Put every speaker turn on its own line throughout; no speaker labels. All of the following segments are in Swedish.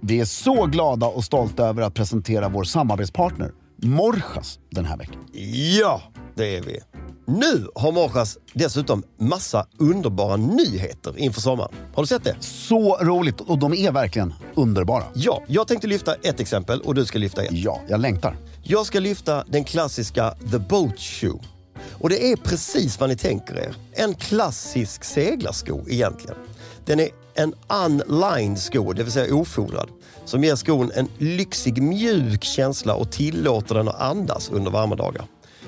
Vi är så glada och stolta över att presentera vår samarbetspartner Morjas den här veckan.
Ja, det är vi. Nu har Morras dessutom massa underbara nyheter inför sommaren. Har du sett det?
Så roligt och de är verkligen underbara.
Ja, jag tänkte lyfta ett exempel och du ska lyfta ett.
Ja, jag längtar.
Jag ska lyfta den klassiska The Boat Shoe. Och det är precis vad ni tänker er. En klassisk seglarsko egentligen. Den är en unlined sko, det vill säga ofodrad, som ger skon en lyxig mjuk känsla och tillåter den att andas under varma dagar.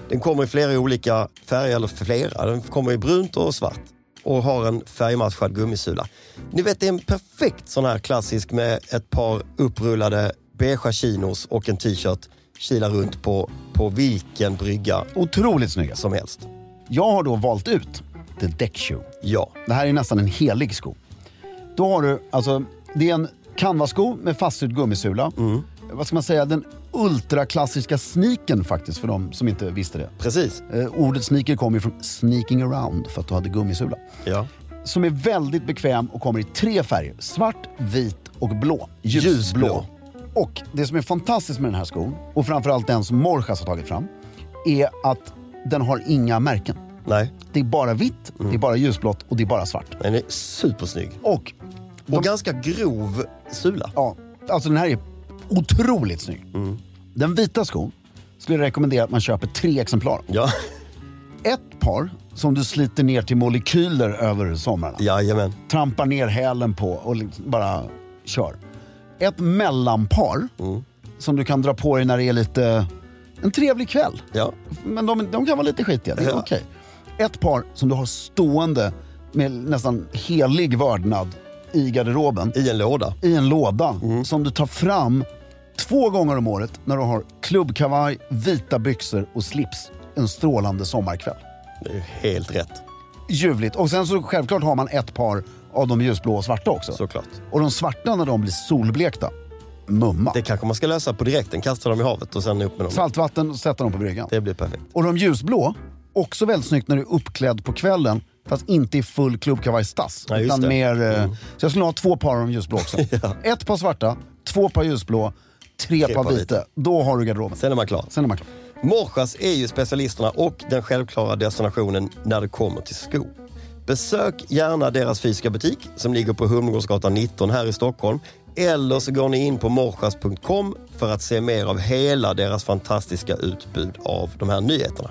Den kommer i flera olika färger, eller flera, den kommer i brunt och svart och har en färgmatchad gummisula. Ni vet, det är en perfekt sån här klassisk med ett par upprullade beigea chinos och en t-shirt kila runt på, på vilken brygga
Otroligt snygga.
som helst.
Jag har då valt ut The Deck Shoe.
Ja,
Det här är nästan en helig sko. Då har du, alltså, det är en canvasko med fastsydd gummisula. Vad ska man säga, den ultraklassiska sneakern faktiskt, för de som inte visste det.
precis.
Eh, ordet sneaker kommer ju från sneaking around, för att du hade gummisula.
Ja.
Som är väldigt bekväm och kommer i tre färger. Svart, vit och blå. Ljusblå.
Ljusblå.
Och det som är fantastiskt med den här skon, och framförallt den som Morjas har tagit fram, är att den har inga märken.
Nej,
Det är bara vitt, det är bara ljusblått och det är bara svart.
den är supersnygg.
Och,
Och ganska grov sula.
ja, alltså den här är otroligt snygg. Den vita skon skulle jag rekommendera att man köper tre exemplar.
Ja,
Ett par som du sliter ner till molekyler över somrarna.
jajamän.
trampar ner hälen på och liksom bara kör. Ett mellanpar
Mm.
som du kan dra på dig när det är lite... En trevlig kväll.
Ja.
Men de, de kan vara lite skitiga, det är
Ja.
okej. Ett par som du har stående med nästan helig vördnad i garderoben
I en låda.
i en låda
Mm.
som du tar fram två gånger om året när du har klubbkavaj, vita byxor och slips en strålande sommarkväll
Det är ju helt rätt,
ljuvligt. Och sen så självklart har man ett par av de ljusblå och svarta också.
såklart.
Och de svarta när de blir solblekta, mumma.
Det kanske man ska lösa på direkten. Kasta dem i havet och sen upp med dem.
Saltvatten och sätta dem på bryggan.
Det blir perfekt.
Och de ljusblå, också väldigt snyggt när du är uppklädd på kvällen fast inte i full klubbkavajstass.
Ja, just
utan
det.
mer... eh, Så jag skulle ha två par av de ljusblå också. Ett par svarta, två par ljusblå, tre, par
par
vita.
vita.
Då har du garderoben.
Sen är man klar.
Sen är man klar.
Morsas är ju specialisterna och den självklara destinationen när det kommer till skor. Besök gärna deras fysiska butik som ligger på Humlegårdsgatan 19 här i Stockholm. Eller så går ni in på morsas.com för att se mer av hela deras fantastiska utbud av de här nyheterna.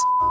f-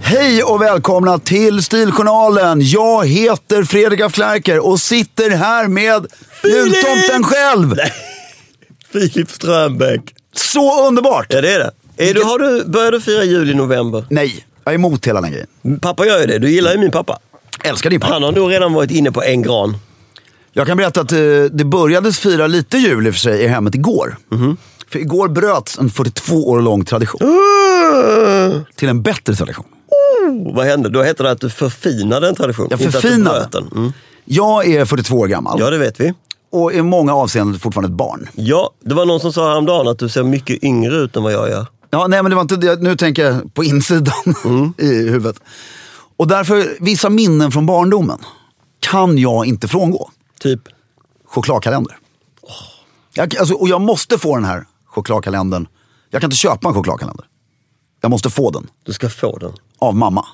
Hej och välkomna till Stiljournalen. Jag heter Fredrik af Klerker och sitter här med jultomten själv.
Filip Strömbäck.
Så underbart!
Ja, det är det. Är du, har du, börjar du fira jul i november?
Nej, jag är emot hela den grejen.
Pappa gör ju det. Du gillar ju min pappa.
Älskar din pappa.
Han har nog redan varit inne på en gran.
Jag kan berätta att eh, det började fira lite jul i och för sig i hemmet igår.
Mhm.
För igår bröts en 42 år lång tradition till en bättre tradition.
Uh! Vad hände? Då heter det att du förfinade en tradition.
Jag
inte att du
förfinade.
bröt den. Mm.
Jag är 42 år gammal
Ja, det vet vi.
och i många avseenden fortfarande ett barn.
Ja, det var någon som sa häromdagen att du ser mycket yngre ut än vad jag gör.
Ja, nej men det var inte det. Nu tänker jag på insidan
Mm.
i huvudet. Och därför, vissa minnen från barndomen kan jag inte frångå.
Typ.
Chokladkalender. Jag, alltså, och jag måste få den här chokladkalendern. Jag kan inte köpa en chokladkalender. Jag måste få den
Du ska få den.
av mamma.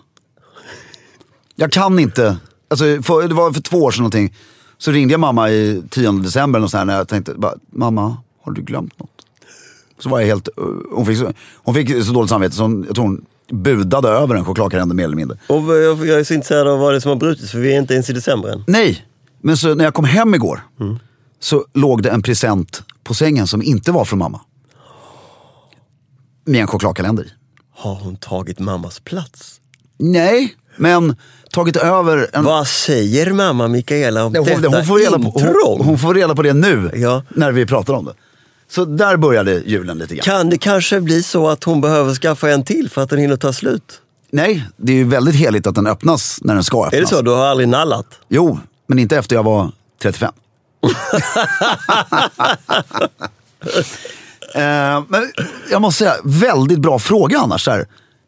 Jag kan inte. Alltså, för, det var för två år sedan någonting. Så ringde jag mamma i 10 december och så här, när jag tänkte, bara, mamma, har du glömt något? Så var jag helt, eh, hon fick, så- hon fick så dåligt samvete så hon, jag tror hon budade över en chokladkalender mer eller mindre.
Och jag jag är så intresserad av vad det är som har brutits för vi är inte ens i december än.
Nej, men så när jag kom hem igår
Mm.
så låg det en present på sängen som inte var från mamma. Med en chokladkalender i.
Har hon tagit mammas plats?
Nej, men tagit över en...
Vad säger mamma Mikaela om
Hon,
detta
hon, får reda på, hon,
intrång?
hon får reda på det nu,
Ja.
när vi pratar om det. Så där började julen lite grann.
Kan det kanske bli så att hon behöver skaffa en till för att den hinner ta slut?
Nej, det är ju väldigt heligt att den öppnas när den ska öppnas.
Är det så? Du har aldrig nallat?
Jo, men inte efter jag var 35. eh, men jag måste säga, väldigt bra fråga annars. Så här.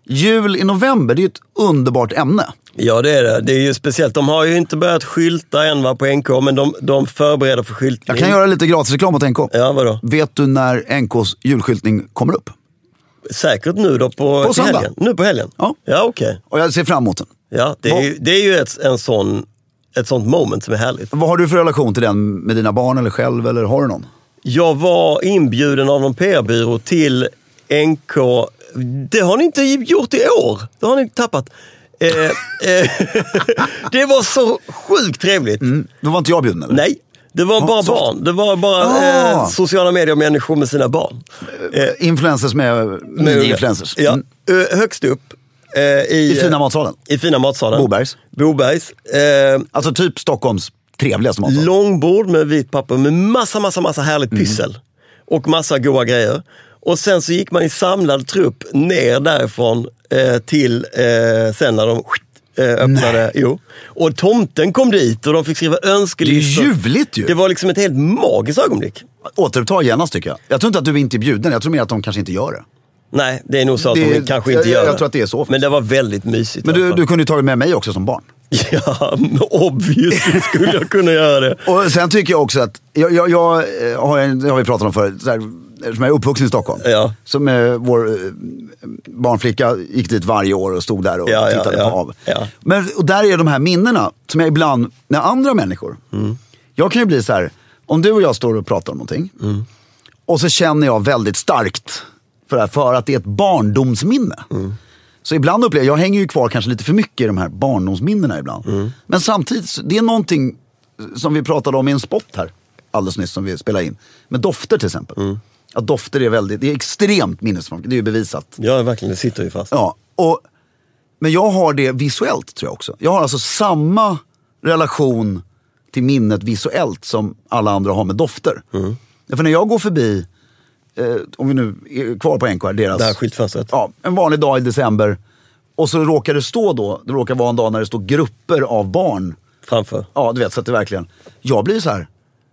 Jul i november, det är ju ett underbart ämne.
Ja, det är det. Det är ju speciellt. De har ju inte börjat skylta än va, på NK, men de, de förbereder för skyltning.
Jag kan göra lite gratisreklam åt NK.
Ja, vadå?
Vet du när NKs julskyltning kommer upp?
Säkert nu då på,
På
till
söndag.
helgen. Nu på helgen?
Ja.
Ja, okej.
Och jag ser fram emot den.
Ja, det är ju, det är ju ett, en sån, ett sånt moment som är härligt.
Vad har du för relation till den med dina barn eller själv? Eller har du någon?
Jag var inbjuden av någon PR-byrå till NK. Det har ni inte gjort i år. Det har ni tappat. Eh, eh, det var så sjukt trevligt.
Då var inte jag bjuden eller?
Nej, det var bara
soft.
barn. Det var bara
Ah.
eh, sociala medier-människor med sina barn.
Eh, Influencers med, med influencers.
Ja,
Mm.
eh, högst upp. eh, I, eh,
I fina matsalen.
I fina matsalen.
Bobergs.
Bobergs. Eh,
Alltså typ Stockholms trevligaste matsal. Mm.
långbord med vitt papper med massa, massa, massa härligt pyssel. Och massa goda grejer. Och sen så gick man i samlad trupp ner därifrån eh, till eh, sen när de eh, öppnade. Jo. Och tomten kom dit och de fick skriva
Det är
önskelistor.
ljuvligt ju.
Det var liksom ett helt magiskt ögonblick.
Återuppta genast tycker jag. Jag tror inte att du inte är bjuden, jag tror mer att de kanske inte gör det.
Nej, det är nog så att
Det-
de kanske
jag-
inte gör
jag tror att det är så faktiskt.
Men det var väldigt mysigt.
Men
i
du,
alla
du
fall.
kunde ju tagit med mig också som barn.
Ja, men obviously skulle jag kunna göra det.
Och sen tycker jag också att, jag, jag, jag eh, har, en- det har vi pratat om förut, så här, eftersom jag är uppvuxen i Stockholm.
Ja.
Som eh, vår eh, barnflicka gick dit varje år och stod där och
Ja, ja,
tittade
ja,
på av.
ja.
Men, och där är de här minnena som jag ibland, när andra människor.
Mm.
Jag kan ju bli så här, om du och jag står och pratar om någonting.
Mm.
Och så känner jag väldigt starkt för, det här, för att det är ett barndomsminne.
Mm.
Så ibland upplever jag, jag hänger ju kvar kanske lite för mycket i de här barndomsminnena ibland.
Mm.
Men samtidigt, så- det är någonting som vi pratade om i en spot här alldeles nyss som vi spelade in. Med dofter till exempel.
Mm.
Att dofter är väldigt, det är extremt minnesförmåga, det är ju bevisat.
Ja, verkligen. Det sitter ju fast.
Ja, och, men jag har det visuellt tror jag också. Jag har alltså samma relation till minnet visuellt som alla andra har med dofter.
Mm.
För när jag går förbi, eh, om vi nu är kvar på NK, här, deras...
Det här skyltfönstret.
Ja, en vanlig dag i december. Och så råkar det stå då, det råkar vara en dag när det står grupper av barn.
Framför.
Ja, du vet, så att det verkligen. Jag blir så här,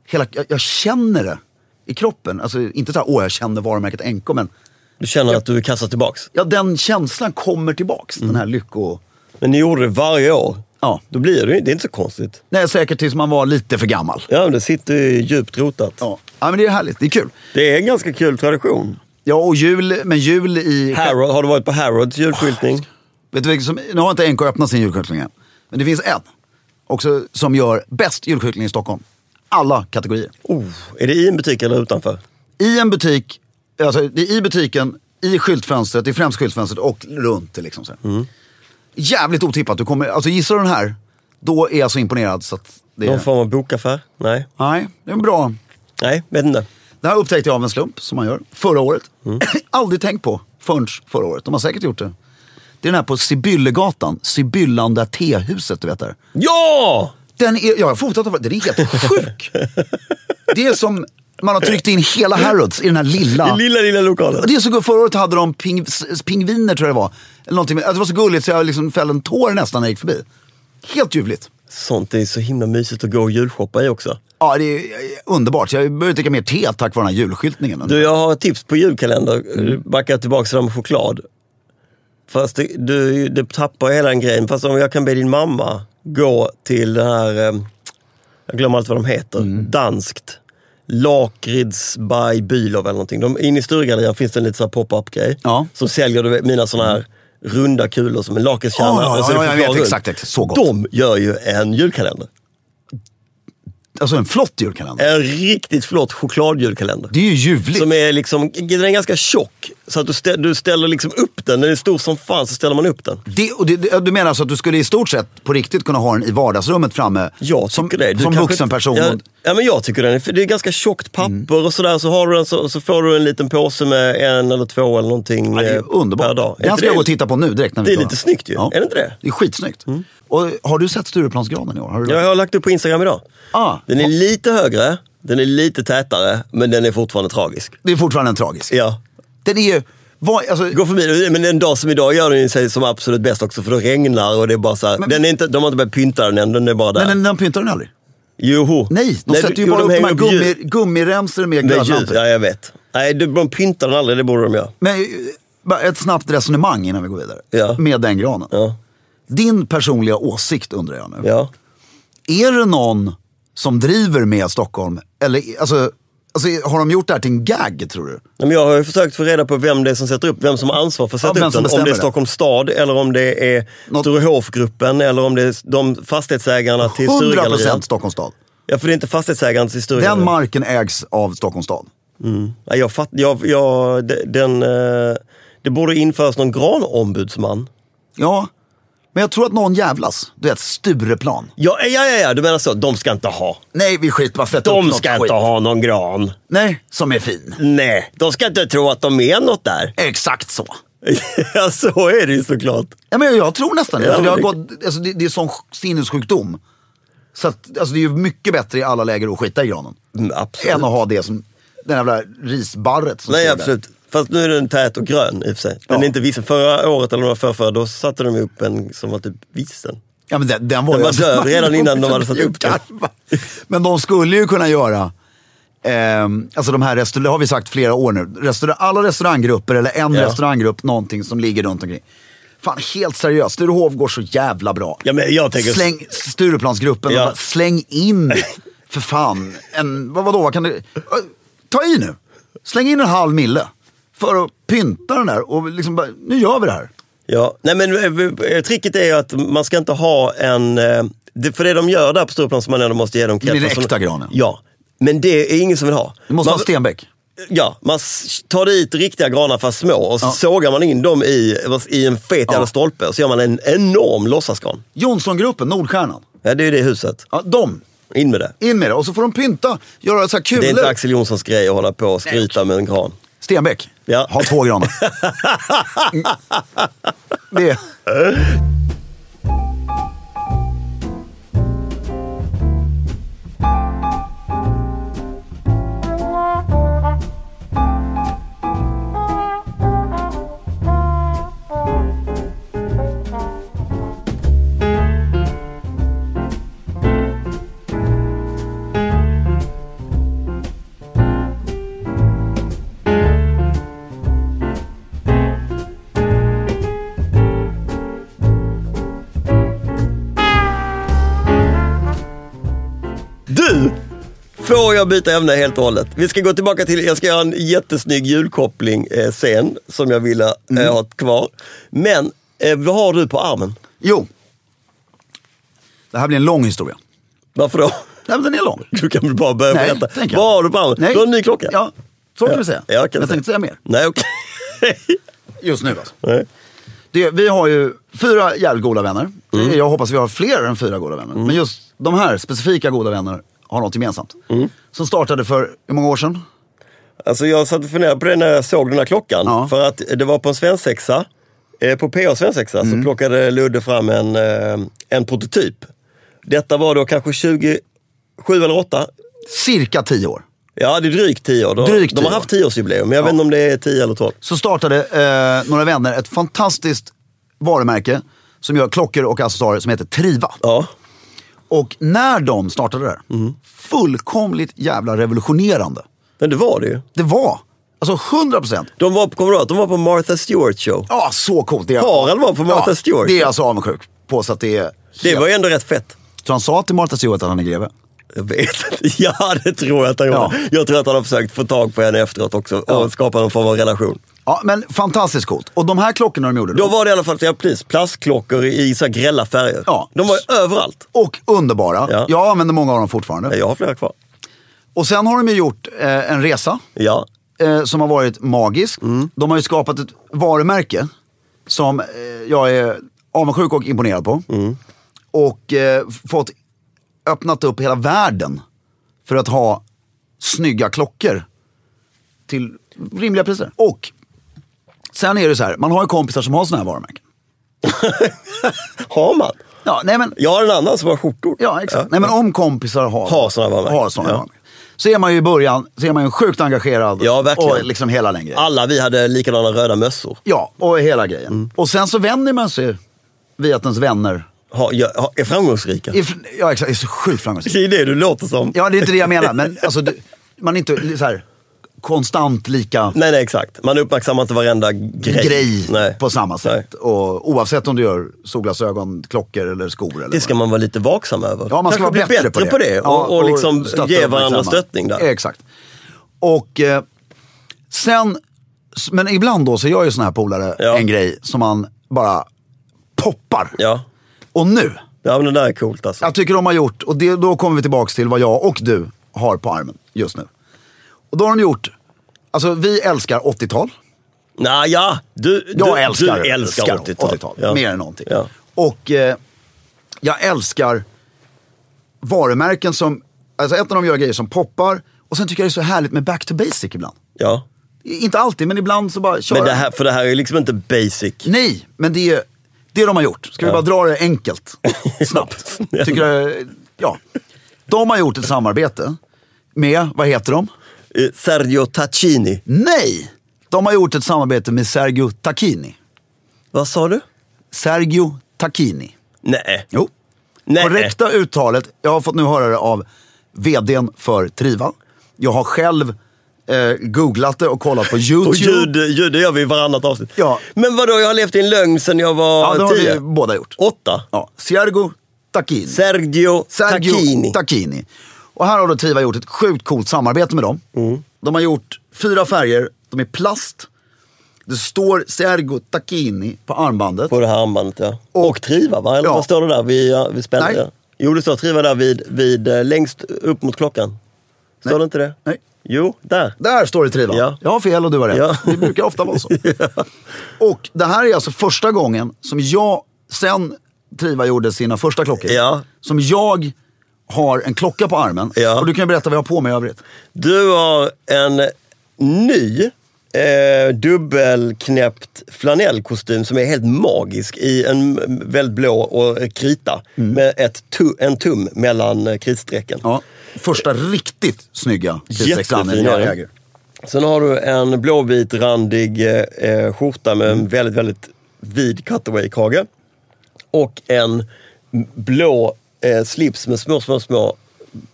hela, jag, jag känner det i kroppen. Alltså inte så här, åh jag känner varumärket NK, men
Du känner att du kastar tillbaks.
ja, den känslan kommer tillbaks. Den här
Mm.
lycko...
Men ni gjorde det varje år.
Ja.
Då blir det, ju- det är inte så konstigt.
Nej, säkert tills man var lite för gammal.
Ja, men det sitter ju djupt rotat.
Ja, ja men det är härligt. Det är kul.
Det är en ganska kul tradition.
Ja, och jul, men jul i...
Harrod, har du varit på Harrods julskyltning?
Vet du vilket som, nu har inte NK öppnat sin julskyltning än. Men det finns en också som gör bäst julskyltning i Stockholm. Alla kategorier.
Oh, är det i en butik eller utanför?
I en butik, alltså det är i butiken, i skyltfönstret, i främst skyltfönstret och runt det liksom. Så här. Jävligt otippat. Du kommer, alltså gissar du den här, då är jag så imponerad så att det
Någon
är...
form av bokaffär? Nej.
Nej, det är en bra.
Nej, vet inte.
Det här upptäckte jag av en slump, som man gör, förra året.
Mm.
Aldrig tänkt på förrän förra året. De har säkert gjort det. Det är den här på Sibyllegatan, Sibyllanda tehuset, du vet där.
Ja!
Den är, jag har fotat den, den är helt sjuk. Det är som man har tryckt in hela Harrods i den här lilla...
I lilla, lilla lokalen.
Och Det är så gulligt, förra året hade de ping, s- pingviner tror jag det var. Eller någonting. Alltså, Det var så gulligt så jag liksom fällde en tår nästan när jag gick förbi. Helt ljuvligt.
Sånt är så himla mysigt att gå och julshoppa i också.
Ja, det är eh, underbart. Så Jag börjar dricka mer te tack vare den här julskyltningen.
Du, jag har ett tips på julkalender. Mm. Backa tillbaka till det här med choklad. Fast det, du, det tappar hela den grejen. Fast om jag kan be din mamma gå till den här, eh, jag glömmer allt vad de heter,
Mm.
danskt. Lakrids by Bylov eller någonting. De, inne i Sturegallerian finns det en liten så här pop-up grej.
Ja.
Som säljer du vet, mina såna här runda kulor som en lakritskärna.
Ja, ja,
och så är det
ja, jag
choklad
vet
runt.
exakt, exakt. Så gott.
De gör ju en julkalender.
alltså en flott julkalender.
En riktigt flott chokladjulkalender.
Det är ju ljuvligt.
Eh, Som är liksom, den är ganska tjock. Så att du, stä, du ställer liksom upp den. Den är stor som fan, så ställer man upp den.
Det, och det, det- du menar alltså att du skulle i stort sett på riktigt kunna ha den i vardagsrummet framme?
Jag
som
tycker det. Du
som
kanske
vuxen
inte-
person? Mm.
Ja,
och-
ja, men jag tycker det. För Det är ganska tjockt papper och sådär. Så, har du den, så, så får du en liten påse med en eller två eller någonting
Ja, det är ju
eh, per
underbart.
dag. Är
Den
inte
ska jag
det-
gå och titta på nu direkt. När vi
Det är
går.
lite snyggt ju. Är det inte det? Mm.
Det är skitsnyggt. Och har du sett Stureplansgranen i år? Har du
Ja, jag har lagt upp på Instagram idag.
Ah.
Den är lite högre, den är lite tätare, men den är fortfarande tragisk.
Det är fortfarande en tragisk.
Ja.
Den är ju... Vad, alltså,
Gå förbi, men en dag som idag gör den ju sig som absolut bäst också för då regnar och det är bara så här, den är inte, De har inte börjat pynta den än, den är bara där.
men den, den pyntar den aldrig?
Joho.
Nej, de sätter ju
jo,
bara upp de
hänger
här
ljus-
gummi, gummiremsor med
med ljus.
glödlampor.
Ja, jag vet. Nej, de- de pyntar den aldrig, det borde de göra.
Men eh, bara ett snabbt resonemang innan vi går vidare.
Ja.
Med den granen.
Ja.
Din personliga åsikt undrar jag nu.
Ja.
Är det någon som driver med Stockholm? Eller, alltså, alltså, har de gjort det här till en gag tror du?
Nej, Men jag har ju försökt få reda på vem det är som sätter upp, vem som har ansvar för att
Ja,
sätta
vem
upp
som
den. Om det är
bestämmer det.
Stockholms stad eller om det är
Något-
Sturehofgruppen eller om det är de fastighetsägarna till
100%
Sturegallerian.
Stockholms stad.
Ja, för det är inte fastighetsägaren till
Den
Sturegallerian.
marken ägs av Stockholms stad.
Nej, jag fatt, jag, jag, de- den, eh, det borde införas någon granombudsman.
Ja, men jag tror att någon jävlas. Du vet, Stureplan.
Ja, ja, ja, ja, du menar så. De ska inte ha.
Nej, vi skiter bara fett upp
De
något
ska
skit.
inte ha någon gran.
Nej, som är fin.
Nej, de ska inte tro att de är något där.
Exakt så.
ja, så är det ju såklart.
Ja, men jag tror nästan det.
Ja,
för det, har
det-
gått, alltså, det, det är sån sinnessjukdom. Så att, alltså, det är ju mycket bättre i alla läger att skita i granen.
Mm, absolut.
Än att ha det som den jävla risbarret som
Nej,
står där.
absolut. Fast nu är den tät och grön i och för sig. Den
Ja.
är inte vissen. Förra året eller förra, förra då satte de upp en som var typ vissen.
Ja, men den, den var,
Den
ju-
var död redan innan de hade satt upp den.
Men de skulle ju kunna göra, ehm, alltså de här restaurangerna, det har vi sagt flera år nu, Restaura- alla restauranggrupper eller en
Ja.
restauranggrupp, någonting som ligger runt omkring. Fan, helt seriöst, Sturehof går så jävla bra.
Ja, men jag tänker...
Släng, Stureplansgruppen,
Ja.
bara, släng in, för fan, en, vad, vadå, vad kan du, Ö, ta i nu. Släng in en halv mille för att pynta den där och liksom bara, nu gör vi det här.
Ja, nej men eh, eh, tricket är ju att man ska inte ha en... eh, det- För det de gör där på Stureplan som man ändå måste ge dem
Det blir den
för som-
äkta granen.
Ja, men det är ingen som vill ha.
Du måste
man,
ha Stenbeck.
Ja, man s- tar dit riktiga granar fast små och så
Ja.
sågar man in dem i, i en fet jävla
Ja.
stolpe och så gör man en enorm låtsasgran.
Jonssongruppen, Nordstjärnan.
Ja, det är det huset.
Ja, de.
In med det.
In med det. Och så får de pynta, göra så här kulor.
Det är inte Axel Jonssons grej att hålla på och skryta med en gran.
Stenbeck.
Ja.
Ha två granar. Mm. det.
Du! Får jag byta ämne helt och hållet? Vi ska gå tillbaka till, jag ska göra en jättesnygg julkoppling eh, sen som jag ville
Mm.
eh, ha kvar. Men eh, vad har du på armen?
Jo. Det här blir en lång historia.
Varför då?
Nej, men den är lång.
Du kan väl bara börja
Nej,
berätta.
tänker jag.
Vad har du på armen?
Nej.
Du har en ny klocka?
Ja, så kan vi säga.
Ja, kan
jag
säga.
tänkte säga mer.
Nej, okej.
Just nu alltså.
Nej.
Det, vi har ju fyra jävligt goda vänner.
Mm.
Jag hoppas vi har fler än fyra goda vänner. Men just de här specifika goda vänner har något gemensamt.
Mm.
Som startade för, hur många år sedan?
Alltså jag satt och funderade på det när jag såg den här klockan.
Ja.
För att det var på en svensexa, eh, på PA svensexa, så plockade Ludde fram en, eh, en prototyp. Detta var då kanske 27 eller 8.
Cirka tio år.
Ja, det är drygt 10 år. De,
Drygt
de har
10
haft 10-årsjubileum, men jag vet inte om det är 10 eller 12.
så startade eh, några vänner ett fantastiskt varumärke som gör klockor och accessoarer som heter Triva.
Ja.
Och när de startade det här,
Mm.
fullkomligt jävla revolutionerande.
Men det var det ju.
Det var, alltså 100 procent.
De var, kommer du ihåg att de var på Martha Stewart show?
Ja, så coolt. Det är,
Harald var på Martha Stewart.
Det är jag så avundsjuk på så att det är...
Det var ju ändå rätt fett.
Så han sa till Martha Stewart att han är greve.
Jag vet inte. Ja, det tror jag att han gjorde.
Ja.
Jag tror att han har försökt få tag på henne efteråt också och skapa någon form av relation.
Ja, men fantastiskt coolt. Och de här klockorna de gjorde
Då
då,
var det i alla fall, ja, precis, plastklockor i så här grälla färger.
Ja.
De var ju överallt.
och underbara.
Ja.
Jag använder många av dem fortfarande.
Jag har flera kvar.
Och sen har de ju gjort eh, en resa
Ja,
eh, som har varit magisk.
Mm.
De har ju skapat ett varumärke som eh, jag är avundsjuk och imponerad på.
Mm.
Och eh, fått öppnat upp hela världen för att ha snygga klockor till rimliga priser. Och sen är det så här, man har ju kompisar som har sådana här varumärken.
har man?
Ja, nej men
Jag har en annan som har skjortor.
Ja, exakt. Nej, men om kompisar har,
Har såna varumärken.
har såna
Ja.
varumärken. Så är man ju i början så är man ju sjukt engagerad
Ja, verkligen.
och liksom hela den grejen.
Alla vi hade likadana röda mössor.
Ja, och hela grejen.
Mm.
Och sen så vänder man sig via att ens vänner
Har, jag, har, är framgångsrika.
är, fr- ja, exakt, är så sjukt framgångsrika.
Det är det du låter som.
Ja, det är inte det jag menar, men alltså, du, man är inte så här, konstant lika
Nej, nej, exakt. Man uppmärksammar inte varenda grej.
grej
nej.
på samma sätt. Och, oavsett om du gör solglasögon, klockor eller skor. Eller
Det ska
vad.
man vara lite vaksam över.
Ja, man ska
Kanske
vara
bli
bättre, på det. Ja,
och, och, liksom
stötta
ge
och
varandra
uppmärksamma.
stöttning där.
Exakt. Och eh, sen, s- men ibland då så gör ju såna här polare
Ja.
en grej som man bara poppar.
Ja.
Och nu,
ja, men det där är coolt alltså.
jag tycker de har gjort, och det, då kommer vi tillbaka till vad jag och du har på armen just nu. Och då har de gjort, alltså vi älskar 80-tal.
Nej, ja. Du,
Jag
du,
älskar,
du älskar 80-tal.
80-tal,
Ja.
mer än någonting.
Ja.
Och eh, jag älskar varumärken som, alltså ett av de gör grejer som poppar och sen tycker jag det är så härligt med back to basic ibland.
Ja.
Inte alltid, men ibland så bara kör
Men det
jag.
här, för det här är ju liksom inte basic.
Nej, men det är det de har gjort. Ska vi bara dra det enkelt, snabbt.
Ja.
Tycker jag, ja. De har gjort ett samarbete med, vad heter de?
Eh, Sergio Tacchini.
Nej! De har gjort ett samarbete med Sergio Tacchini.
Vad sa du?
Sergio Tacchini.
Nej.
Jo.
Nej.
Korrekta uttalet, jag har fått nu höra det av vdn för Triva. Jag har själv eh, googlat det och kollat på YouTube.
Och ljud, ljud det gör vi i varannat avsnitt.
Ja.
Men vadå, jag har levt i en lögn sedan jag
ja,
var
det har
tio?
vi båda gjort.
Åtta?
Ja, Sergio Tacchini.
Sergio,
Sergio
Tacchini.
Tacchini. Och här har då Triva gjort ett sjukt coolt samarbete med dem.
Mm.
De har gjort fyra färger, de är plast. Det står Sergio Tacchini på armbandet.
På det här armbandet ja. Och, Triva va? Eller
Ja.
vad står det där vid, ja, vid spänningen?
Nej.
Jo det står Triva där vid, vid eh, längst upp mot klockan. Står det inte det?
Nej.
Jo, där.
Där står det Triva.
Ja.
Jag har fel och du har rätt.
Ja.
Det brukar ofta vara så. Och det här är alltså första gången som jag, sen Triva gjorde sina första klockor,
Ja.
som jag har en klocka på armen.
Ja.
Och du kan ju berätta vad jag har på mig i övrigt.
Du har en ny eh, dubbelknäppt flanellkostym som är helt magisk i en väldigt blå och eh, krita med ett tu- en tum mellan eh, kritstrecken.
Ja. Första riktigt snygga tidsexamen
Jättefin
jag
är den.
äger.
Sen har du en blåvit randig eh, eh, skjorta med en väldigt, väldigt vid cutaway-krage. Och en blå eh, slips med små, små, små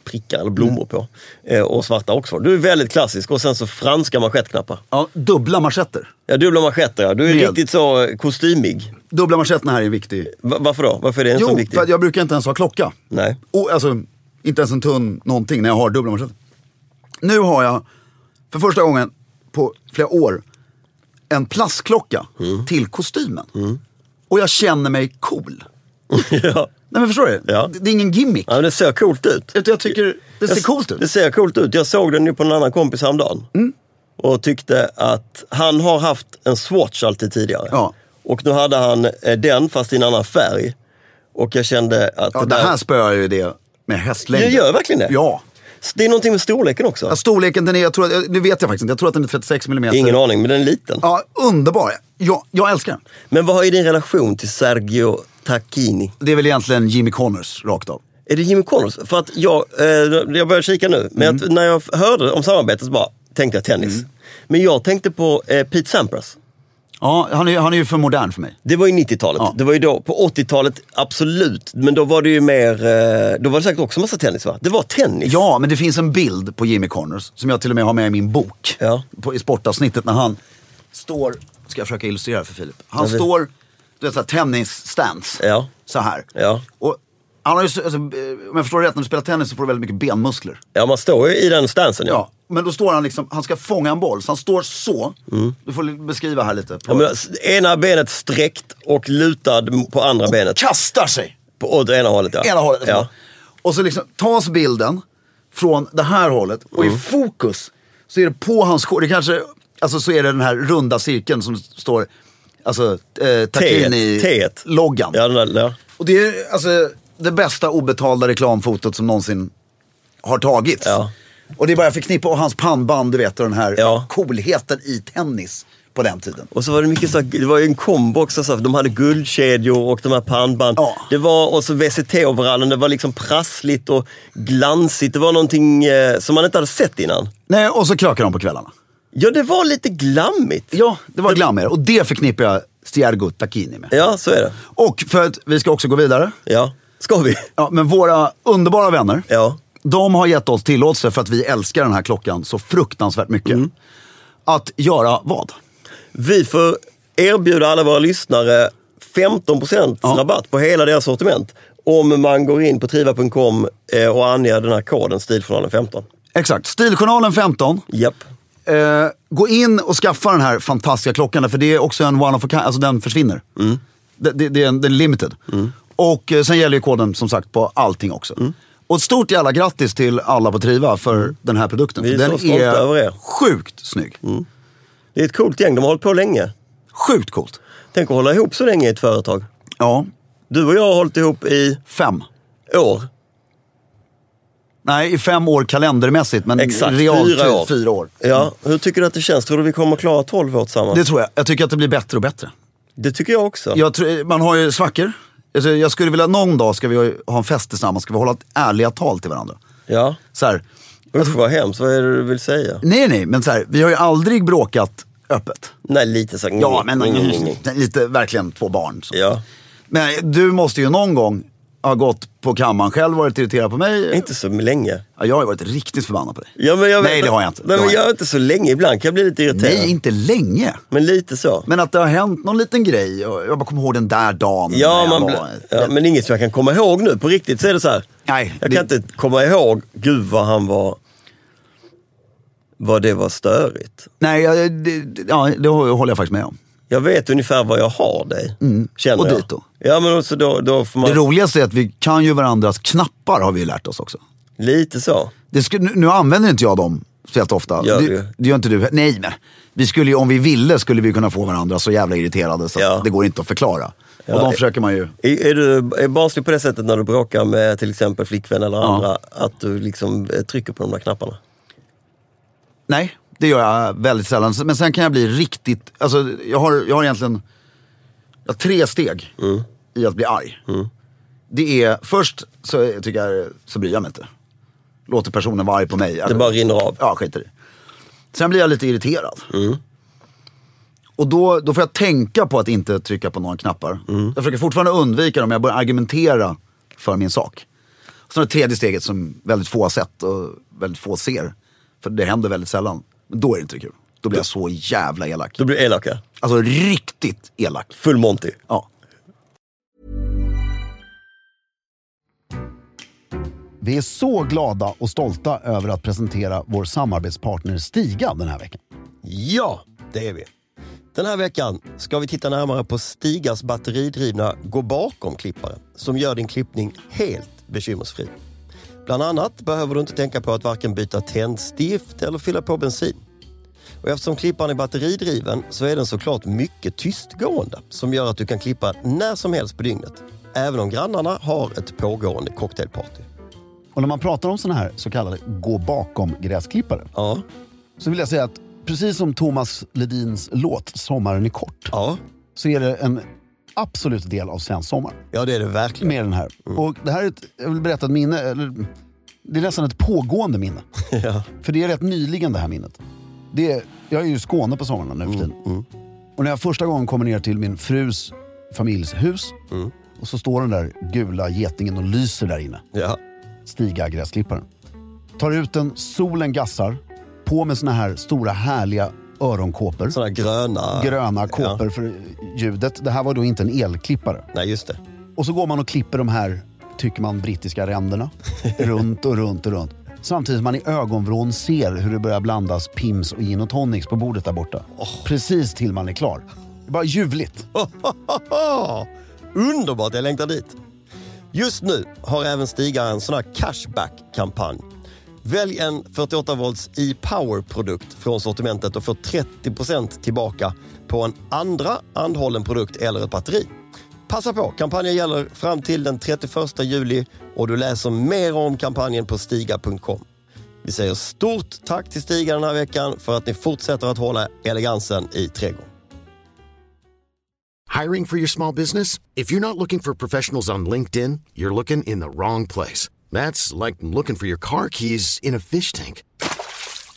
prickar eller blommor på. Eh, och svarta också. Du är väldigt klassisk. Och sen så franska manschettknappar.
Ja, dubbla manschetter.
Ja, dubbla manschetter ja. Du är
Med.
riktigt så eh, kostymig.
Dubbla manschetterna här är viktig.
Va- varför då? Varför är det en så
Jo,
Alltså, viktig?
för att jag brukar inte ens ha klocka.
Nej.
Och, alltså, inte ens en tunn någonting när jag har dubbla manschetter. Nu har jag, för första gången på flera år, en plastklocka
Mm.
till kostymen. Och jag känner mig cool.
ja.
Nej men förstår du?
Ja.
Det, det är ingen gimmick.
ja, men det ser coolt ut.
Utan jag tycker det ser coolt
Det
ut. Mm.
ser coolt ut. Jag såg den ju på en annan kompis häromdagen. Och tyckte att han har haft en Swatch alltid tidigare.
Ja.
Och nu hade han eh, den fast i en annan färg. Och jag kände att
Ja, det
där-
här spöar ju det med hästlängder.
Det gör verkligen det.
Ja.
Det är någonting med storleken också.
Ja, Storleken, den är, jag tror, att- nu vet jag faktiskt inte, jag tror att den är 36 mm.
Ingen aning, men den är liten.
Ja, underbar. Jag, jag älskar den.
Men vad är din relation till Sergio Tacchini?
Det är väl egentligen Jimmy Connors rakt av.
Är det Jimmy Connors? För att jag, eh, jag börjar kika nu, men
Mm.
att när jag hörde om samarbetet så bara tänkte jag tennis. Men jag tänkte på eh, Pete Sampras.
Ja, han är, han är ju för modern för mig.
Det var ju 90-talet.
Ja.
Det var ju då, på 80-talet, absolut. Men då var det ju mer, eh, då var det säkert också massa tennis va? Det var tennis.
Ja, men det finns en bild på Jimmy Connors som jag till och med har med i min bok.
Ja.
På, I sportavsnittet när han står, ska jag försöka illustrera för Filip. Han
Jag vet.
står, du vet såhär tennisstance.
Ja.
Så här.
Ja.
Och Han har ju, så- alltså, eh, om jag förstår det rätt, när du spelar tennis så får du väldigt mycket benmuskler.
Ja, man står ju i den stansen. Ja.
Ja, men då står han liksom, han ska fånga en boll. Så han står så. Du får li- beskriva här lite.
Mm. Ja, men s- ena benet sträckt och lutad m- på andra benet.
Kastar sig!
På, åt ena hållet, ja.
Ena hållet.
Ja.
Och så liksom tas bilden från det här hållet och
Mm.
i fokus så är det på hans skor. Det kanske, alltså så är det den här runda cirkeln som står, alltså eh,
T-et.
Takini-loggan.
ja, den där, ja.
Och det är alltså det bästa obetalda reklamfotot som någonsin har tagits.
Ja.
Och det är bara jag förknippar, och hans pannband du vet och den här
Ja.
coolheten i tennis på den tiden.
Och så var det mycket så här, det var ju en kombo också. Så här, de hade guldkedjor och de här pannband.
Ja.
Det var, och så VCT-overallen, det var liksom prassligt och glansigt. Det var någonting eh, som man inte hade sett innan.
Nej, och så krökar de på kvällarna.
Ja, det var lite glammigt.
Ja, det var glammigare. Och det förknippar jag Stiergo Tacchini med.
Ja, så är det.
Och för att vi ska också gå vidare.
Ja. Ska vi?
Ja, men våra underbara vänner,
Ja.
de har gett oss tillåtelse för att vi älskar den här klockan så fruktansvärt mycket.
Mm.
Att göra vad?
Vi får erbjuda alla våra lyssnare 15%
Ja.
rabatt på hela deras sortiment. Om man går in på triva.com eh, och anger den här koden Stiljournalen 15.
Exakt, Stiljournalen 15.
Japp.
Eh, gå in och skaffa den här fantastiska klockan, för det är också en one of a kind, alltså den försvinner.
Mm.
Det, det, det är en, den är limited. Och eh, sen gäller ju koden som sagt på allting också.
Mm.
Och ett stort jävla grattis till alla på Triva för den här produkten.
Vi
för
är
den
så stolta över er. Mm.
sjukt snygg.
Det är ett coolt gäng, de har hållit på länge.
Sjukt coolt.
Tänk att hålla ihop så länge i ett företag.
Ja,
Du och jag har hållit ihop i
fem.
år.
Nej, i fem år kalendermässigt, men
Exakt,
realt
fyra år.
fyra år.
Ja, hur tycker du att det känns? Tror du vi kommer klara 12 år tillsammans?
Det
Det,
tror jag. Jag tycker att det blir bättre och bättre.
tycker jag också.
Jag tror, man har ju svackor. Alltså, jag skulle vilja, någon dag ska vi ha en fest tillsammans, ska vi hålla ärliga tal till varandra.
Ja.
Så här,
Usch vad hemskt, vad är det du vill säga?
nej nej, men så här, vi har ju aldrig bråkat öppet.
Nej, lite så.
Ja, men
Mm, mm, mm.
lite verkligen två barn. Så.
Ja.
Men du måste ju någon gång ha gått på kammaren själv, varit irriterad på mig.
Inte så länge.
Ja, jag har ju varit riktigt förbannad på dig.
Ja, men jag
Nej,
vet-
det har jag inte. Det
Nej,
har
men
jag
jag är inte så länge. Ibland kan jag bli lite irriterad.
Nej, inte länge.
Men lite så.
Men att det har hänt någon liten grej. och Jag bara kommer ihåg den där dagen. när
ja,
jag
man
var-
blir, ja, men inget som jag kan komma ihåg nu. På riktigt så är det så här.
Nej,
jag
det-
kan inte komma ihåg, gud vad han var... Vad det var störigt.
Nej, jag, det, ja, det håller jag faktiskt med om.
Jag vet ungefär vad jag har dig. Känner
Mm. Och
jag.
dito.
Ja, men så då, då får man...
Det roligaste är att vi kan ju varandras knappar har vi ju lärt oss också.
Lite så.
Det skulle, nu, nu använder inte jag dem speciellt ofta.
Gör du?
det, det gör inte du. Nej, nej. Vi skulle ju, om vi ville skulle vi kunna få varandra så jävla irriterade så
Ja.
att det går inte att förklara. och de försöker man ju.
Är, är du är barnslig på det sättet när du bråkar med till exempel flickvän eller andra? Att du liksom eh, trycker på de där knapparna?
Nej, det gör jag väldigt sällan. Men sen kan jag bli riktigt, alltså jag har, jag har egentligen jag har tre steg i att bli arg. Det är, först så tycker jag, så bryr jag mig inte. Låter personen vara arg på mig.
Det bara rinner av.
Ja, skiter i. Sen blir jag lite irriterad. Och då, då får jag tänka på att inte trycka på några knappar. Jag försöker fortfarande undvika dem, men jag börjar argumentera för min sak. Sen det tredje steget som väldigt få har sett och väldigt få ser. För det händer väldigt sällan. Men då är det inte kul. Då blir jag så jävla elak.
Då blir du elaka.
Alltså riktigt elak.
Full Monty.
Ja. Vi är så glada och stolta över att presentera vår samarbetspartner Stiga den här veckan.
Ja, det är vi. Den här veckan ska vi titta närmare på Stigas batteridrivna gå bakom-klippare som gör din klippning helt bekymmersfri. Bland annat behöver du inte tänka på att varken byta tändstift eller fylla på bensin. Och eftersom klipparen är batteridriven så är den såklart mycket tystgående som gör att du kan klippa när som helst på dygnet. Även om grannarna har ett pågående cocktailparty.
Och när man pratar om sådana här så kallade gå bakom gräsklippare
Ja,
så vill jag säga att precis som Thomas Ledins låt Sommaren är kort
ja,
så är det en absolut del av svensk sommar
ja det är det verkligen.
med den här. Och det här är ett, jag vill berätta ett minne, eller det är nästan ett pågående minne.
Ja.
För det är rätt nyligen det här minnet. Det är, jag är ju i Skåne på sommaren nu för tiden. Och när jag första gången kommer ner till min frus familjs hus och så står den där gula getingen och lyser där inne.
Ja,
Stiga gräsklipparen. Tar ut den, solen gassar. På med såna här stora härliga öronkåpor.
sådana gröna...
Gröna kåpor för ljudet. Det här var då inte en elklippare.
Nej, just det.
Och så går man och klipper de här tycker man, brittiska ränderna. runt och runt och runt. Samtidigt som man i ögonvrån ser hur det börjar blandas Pims och gin och tonics på bordet där borta. Precis till man är klar. Det är bara ljuvligt.
Underbart, jag längtar dit. Just nu har även Stiga en sån här cashback-kampanj. Välj en 48 volts e-power-produkt från sortimentet och få 30 tillbaka på en andra anhållen produkt eller ett batteri. Passa på, kampanjen gäller fram till den 31 juli och du läser mer om kampanjen på stiga.com. Vi säger stort tack till Stiga den här veckan för att ni fortsätter att hålla elegansen i trädgården.
Hiring for your small business? If you're not looking for professionals on LinkedIn, you're looking in the wrong place. That's like looking for your car keys in a fish tank.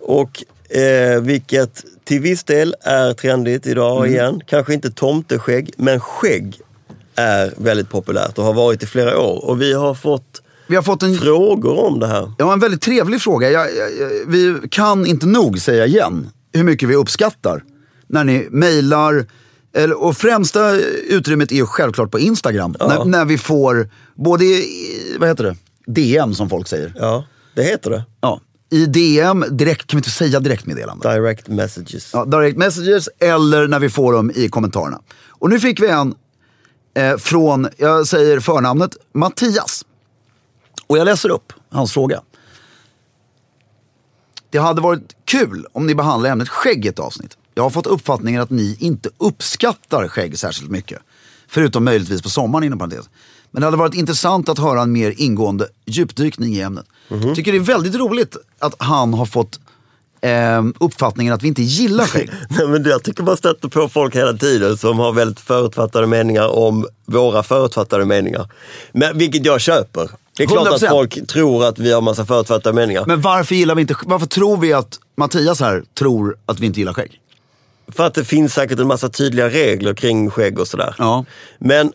Och eh, vilket till viss del är trendigt idag
Mm.
igen. Kanske inte tomteskägg, men skägg är väldigt populärt och har varit i flera år. Och vi har fått
Vi har fått en,
frågor om det här.
ja, en väldigt trevlig fråga. Jag, jag, jag, vi kan inte nog säga igen hur mycket vi uppskattar när ni mejlar. Eller- Och främsta utrymmet är ju självklart på Instagram. När, när vi får både, i- vad heter det, DM som folk säger.
Ja, det heter det.
Ja. I DM, direkt, kan vi inte säga direktmeddelande?
Direct messages.
Ja, direct messages eller när vi får dem i kommentarerna. Och nu fick vi en eh, från, jag säger förnamnet, Mattias. Och jag läser upp hans fråga. Det hade varit kul om ni behandlar ämnet skägg i ett avsnitt. Jag har fått uppfattningen att ni inte uppskattar skägg särskilt mycket. Förutom möjligtvis på sommaren inom parentes. Men det hade varit intressant att höra en mer ingående djupdykning i ämnet.
Mhm.
Tycker det är väldigt roligt att han har fått eh, uppfattningen att vi inte gillar skägg.
Nej, men jag tycker man stöter på folk hela tiden som har väldigt förutfattade meningar om våra förutfattade meningar. Men, vilket jag köper. Det är klart
100%.
att folk tror att vi har massa förutfattade meningar.
Men varför gillar vi inte Varför tror vi att Mattias här tror att vi inte gillar skägg?
För att det finns säkert en massa tydliga regler kring skägg och sådär.
Ja.
Men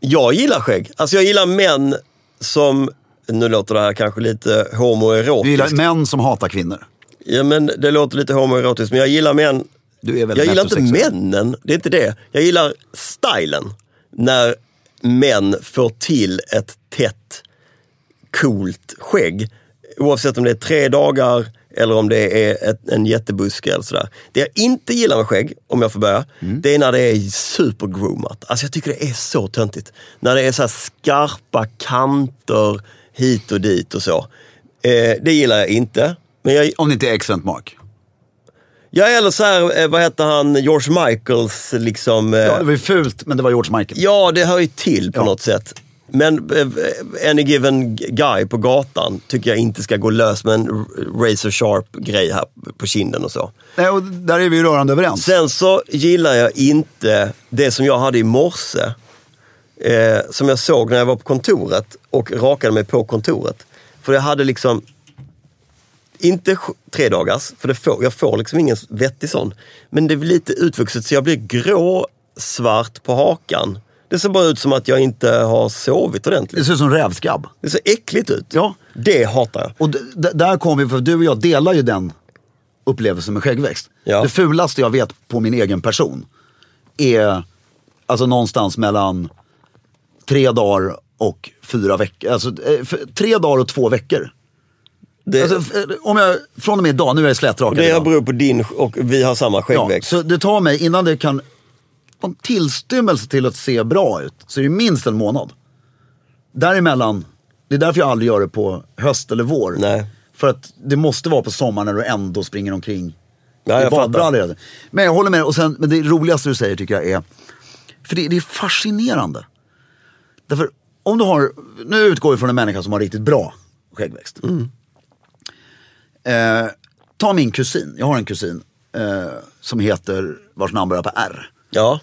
jag gillar skägg. Alltså jag gillar män som, nu låter det här kanske lite
Vi
homoerotiskt.
gillar män som hatar kvinnor.
Ja men det låter lite homoerotiskt, men jag gillar män
Du är väldigt
Jag gillar inte
heterosexuell.
männen, det är inte det. Jag gillar stylen. När män får till ett tätt, coolt skägg. Oavsett om det är tre dagar eller om det är ett, en jättebuske eller sådär. Det jag inte gillar med skägg, om jag får börja,
Mm.
det är när det är supergroomat. Alltså jag tycker det är så töntigt. När det är så här skarpa kanter hit och dit och så. Eh, det gillar jag inte. Men jag,
Om det inte är accent mark.
Ja, eller så här, eh, vad heter han, George Michaels liksom. eh,
Ja, det var ju fult, men det var George Michael.
Ja, det hör ju till på
Ja.
något sätt. Men eh, any given guy på gatan tycker jag inte ska gå lös med en r- razor sharp grej här på kinden och så.
Nej, och där är vi ju rörande överens.
Sen så gillar jag inte det som jag hade i morse. Eh, som jag såg när jag var på kontoret och rakade mig på kontoret. För jag hade liksom, inte sj- tre dagars, för det får, jag får liksom ingen vettig sån. Men det blir lite utvuxet så jag blir grå, svart på hakan. Det ser bara ut som att jag inte har sovit
Det
ordentligt.
ser ut som rävskabb.
Det ser äckligt ut.
Ja.
Det hatar jag.
Och d- d- där kom vi, för du och jag delar ju den upplevelsen med skäggväxt.
Ja.
Det fulaste jag vet på min egen person är alltså någonstans mellan tre dagar och fyra veckor. Alltså eh, f- tre dagar och två veckor.
Det,
Alltså, f- eh, om jag, från och med idag, nu är jag slätrakad.
det
idag.
beror på din och vi har samma
ja,
skäggväxt.
Så det tar mig, innan det kan, en tillstymmelse till att se bra ut, så är det minst en månad. Däremellan, det är därför jag aldrig gör det på höst eller vår.
Nej.
För att det måste vara på sommaren när du ändå springer omkring
Ja,
i
jag fattar.
badbrallor. Men jag håller med dig. Och sen, men det roligaste du säger tycker jag är, för det, det är fascinerande. Därför om du har, nu utgår vi från en människa som har riktigt bra skäggväxt.
Mm.
Eh, ta min kusin, jag har en kusin eh, som heter, vars namn börjar på R.
Ja.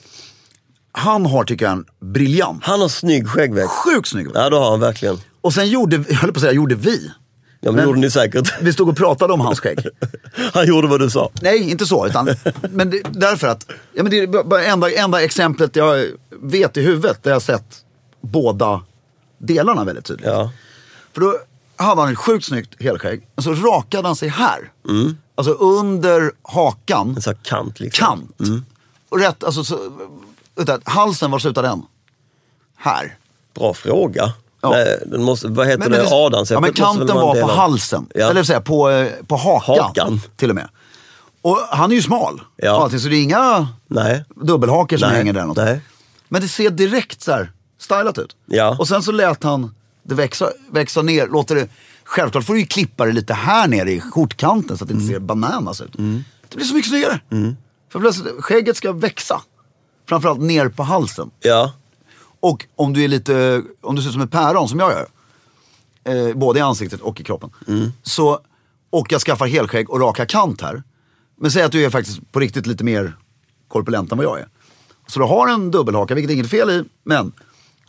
han har, tycker jag, en briljant,
Han har snygg skäggväxt.
sjukt snygg
Ja, då har han verkligen.
Och sen gjorde, jag höll på att säga, gjorde vi.
Ja, men,
Men-
gjorde ni säkert.
Vi stod och pratade om hans skägg.
Han gjorde vad du sa.
Nej, inte så. Utan, men det, därför att, ja, men det är bara enda, enda exemplet jag vet i huvudet där jag har sett båda delarna väldigt tydligt.
Ja.
För då hade han ett sjukt snyggt helskägg. Men så rakade han sig här.
Mm.
Alltså under hakan,
En sån här kant liksom.
kant. Och rätt, alltså, så, utan, halsen, var slutar den? Här.
Bra fråga.
Ja.
Nej, den måste, vad heter det?
visst-
Adamsäpplet?
ja, men
måste väl
kanten
vara en
var på
del av-
halsen.
Ja.
Eller säga, på, eh, på hakan.
Hakan.
Till och med. Och han är ju smal.
Ja.
Och allting, så det är inga
Nej.
dubbelhakar som
Nej,
hänger där. någonstans.
nej.
Men det ser direkt så här stylat ut.
Ja.
Och sen så lät han det växa, växa ner. Låter det, självklart får du ju klippa det lite här nere i skjortkanten så att det inte
Mm.
ser bananas ut. Det blir så mycket snyggare. För plötsligt, skägget ska växa. Framförallt ner på halsen.
Ja.
Och om du är lite, om du ser ut som ett päron som jag gör. Eh, både i ansiktet och i kroppen. Så, och jag skaffar helskägg och raka kant här. Men säg att du är faktiskt på riktigt lite mer korpulent än vad jag är. Så du har en dubbelhaka, vilket är inget fel i. Men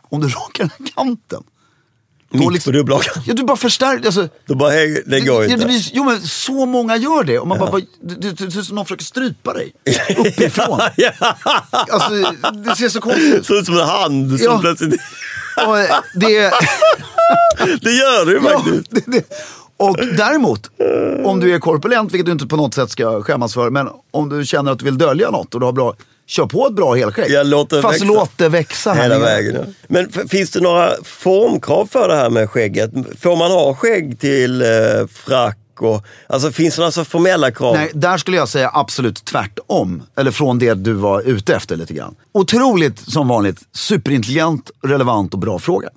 om du rakar den här kanten. då
Mitt på dubbelhakan.
Ja, du bara förstärker. Alltså,
Då bara, hej, det
ja,
går inte.
det blir, jo men så många gör det. Och man bara, bara, det det- det ser ut som någon försöker strypa dig. Uppifrån.
ja.
Alltså, det ser så konstigt ut.
Ser ut som en hand som
Ja.
plötsligt...
Och eh, det,
Det gör du ju
Ja,
faktiskt.
det, det. Och däremot, om du är korpulent, vilket du inte på något sätt ska skämmas för, men om du känner att du vill dölja något och du har bra, kör på ett bra helskägg.
Ja, låt det
Fast
växa.
låt det växa här
Hela
nere.
vägen. Ja. Men f- finns det några formkrav för det här med skägget? Får man ha skägg till eh, frack? Och, alltså finns det några så formella krav?
Nej, där skulle jag säga absolut tvärtom. Eller från det du var ute efter lite grann. Otroligt, som vanligt, superintelligent, relevant och bra fråga.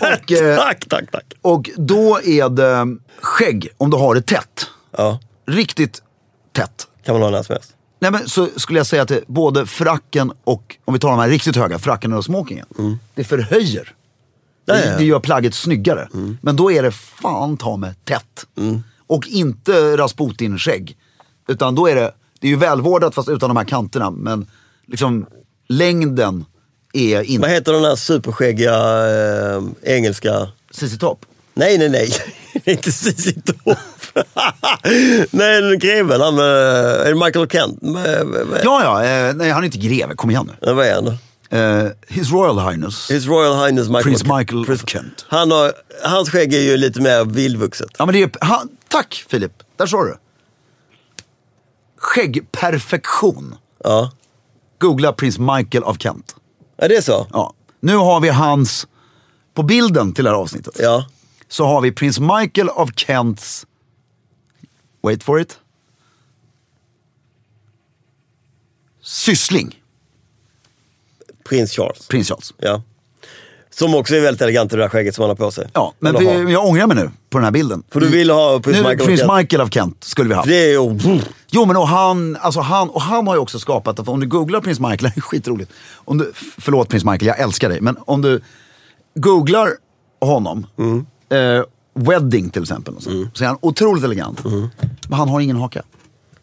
och, eh,
Tack, tack, tack.
och då är det skägg, om du har det tätt.
Ja,
Riktigt tätt.
kan man ha när som helst.
Nej men så skulle jag säga att det, både fracken och, om vi tar de här riktigt höga, fracken och smokingen. Det förhöjer.
Mm. Ja, Mm.
Det,
ja.
det gör plagget snyggare. Men då är det fan ta mig tätt.
Mm.
Och inte Rasputin-skägg. Utan då är det, det är ju välvårdat fast utan de här kanterna. Men liksom längden är
Vad
inte...
heter den här superskäggiga eh, engelska...
ZZ Top.
Nej, nej, nej. Det är inte Cissi Torp. nej, den greven. Han med... Är det Michael Kent? Med, med, med,
Ja, ja. Eh, nej, han är inte greve. Kom igen nu.
Vad är han då?
Eh, His Royal Highness.
His Royal Highness Michael
Prince Michael
Prince-
of Kent.
Han har, hans skägg är ju lite mer vildvuxet.
Ja, men det är, han, tack Filip, där sa du. Skäggperfektion.
Ja.
Googla prins Michael av Kent.
ja, det är så?
Ja. Nu har vi hans, på bilden till det här avsnittet,
Ja.
så har vi prins Michael av Kents, wait for it, syssling,
Prins Charles.
prins Charles.
Ja. Som också är väldigt elegant i det där skägget som han har på sig.
Ja, men
Eller
vi,
har.
jag ångrar mig nu på den här bilden.
För du vill ha prins
nu,
Michael av
prins
Kent.
Michael av Kent skulle vi haft.
Det är ju...
Jo men och han, alltså han, och han har ju också skapat, att om du googlar prins Michael, det är skitroligt. Om du, förlåt prins Michael, jag älskar dig. Men om du googlar honom, eh, wedding till exempel. Och så,
Mm.
så är han otroligt elegant. Men han har ingen haka.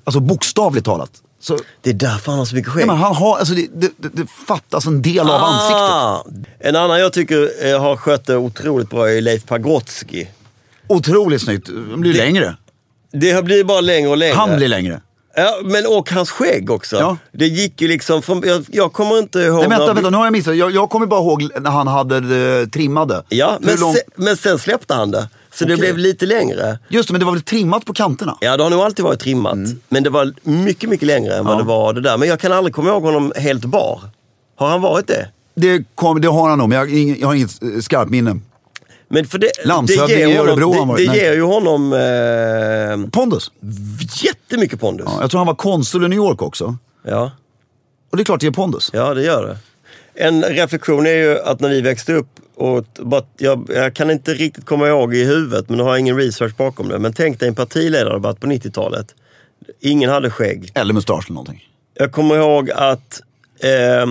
Alltså bokstavligt talat. Så,
Det är därför han har så mycket skägg.
nej, men han har, alltså det, det, det, det fattas en del
Ah.
av ansiktet.
ansiktet. Ah! En annan jag tycker eh, har skött det otroligt bra är Leif Pagrotsky.
Otroligt snyggt, han blir längre.
Det har blivit bara längre och längre.
Han blir längre.
Ja, men och hans skägg också.
Ja.
Det gick ju liksom från... Jag, jag kommer inte ihåg...
Nej vänta,
när-
vänta, nu har jag missat. Jag, jag kommer bara ihåg när han hade det trimmade.
Ja,
Hur
men,
långt-
se, men sen släppte han det. Så det
Okej.
blev lite längre.
Just det, men det var väl trimmat på kanterna?
Ja, det har nog alltid varit trimmat.
Mm.
Men det var mycket, mycket längre än vad det var det där. Men jag kan aldrig komma ihåg honom helt bar. Har han varit det?
Det, kom, det har han nog, men jag, har ing- jag har inget eh, skarpt minne.
Men för det,
Landshövding
det ger
i
honom-
Örebro har han
Det,
varit.
det
Nej.
ger ju honom eh,
Pondus.
jättemycket pondus.
Ja,
Ja.
jag tror han var konsul i New York också.
Ja,
Och det är klart det är pondus.
det gör det. En reflektion är ju att när vi växte upp, och t- bara, jag, jag kan inte riktigt komma ihåg i huvudet, men nu har jag ingen research bakom det. Men tänk dig en partiledardebatt på 90-talet. Ingen hade skägg.
Eller mustasch eller någonting.
Jag kommer ihåg att eh,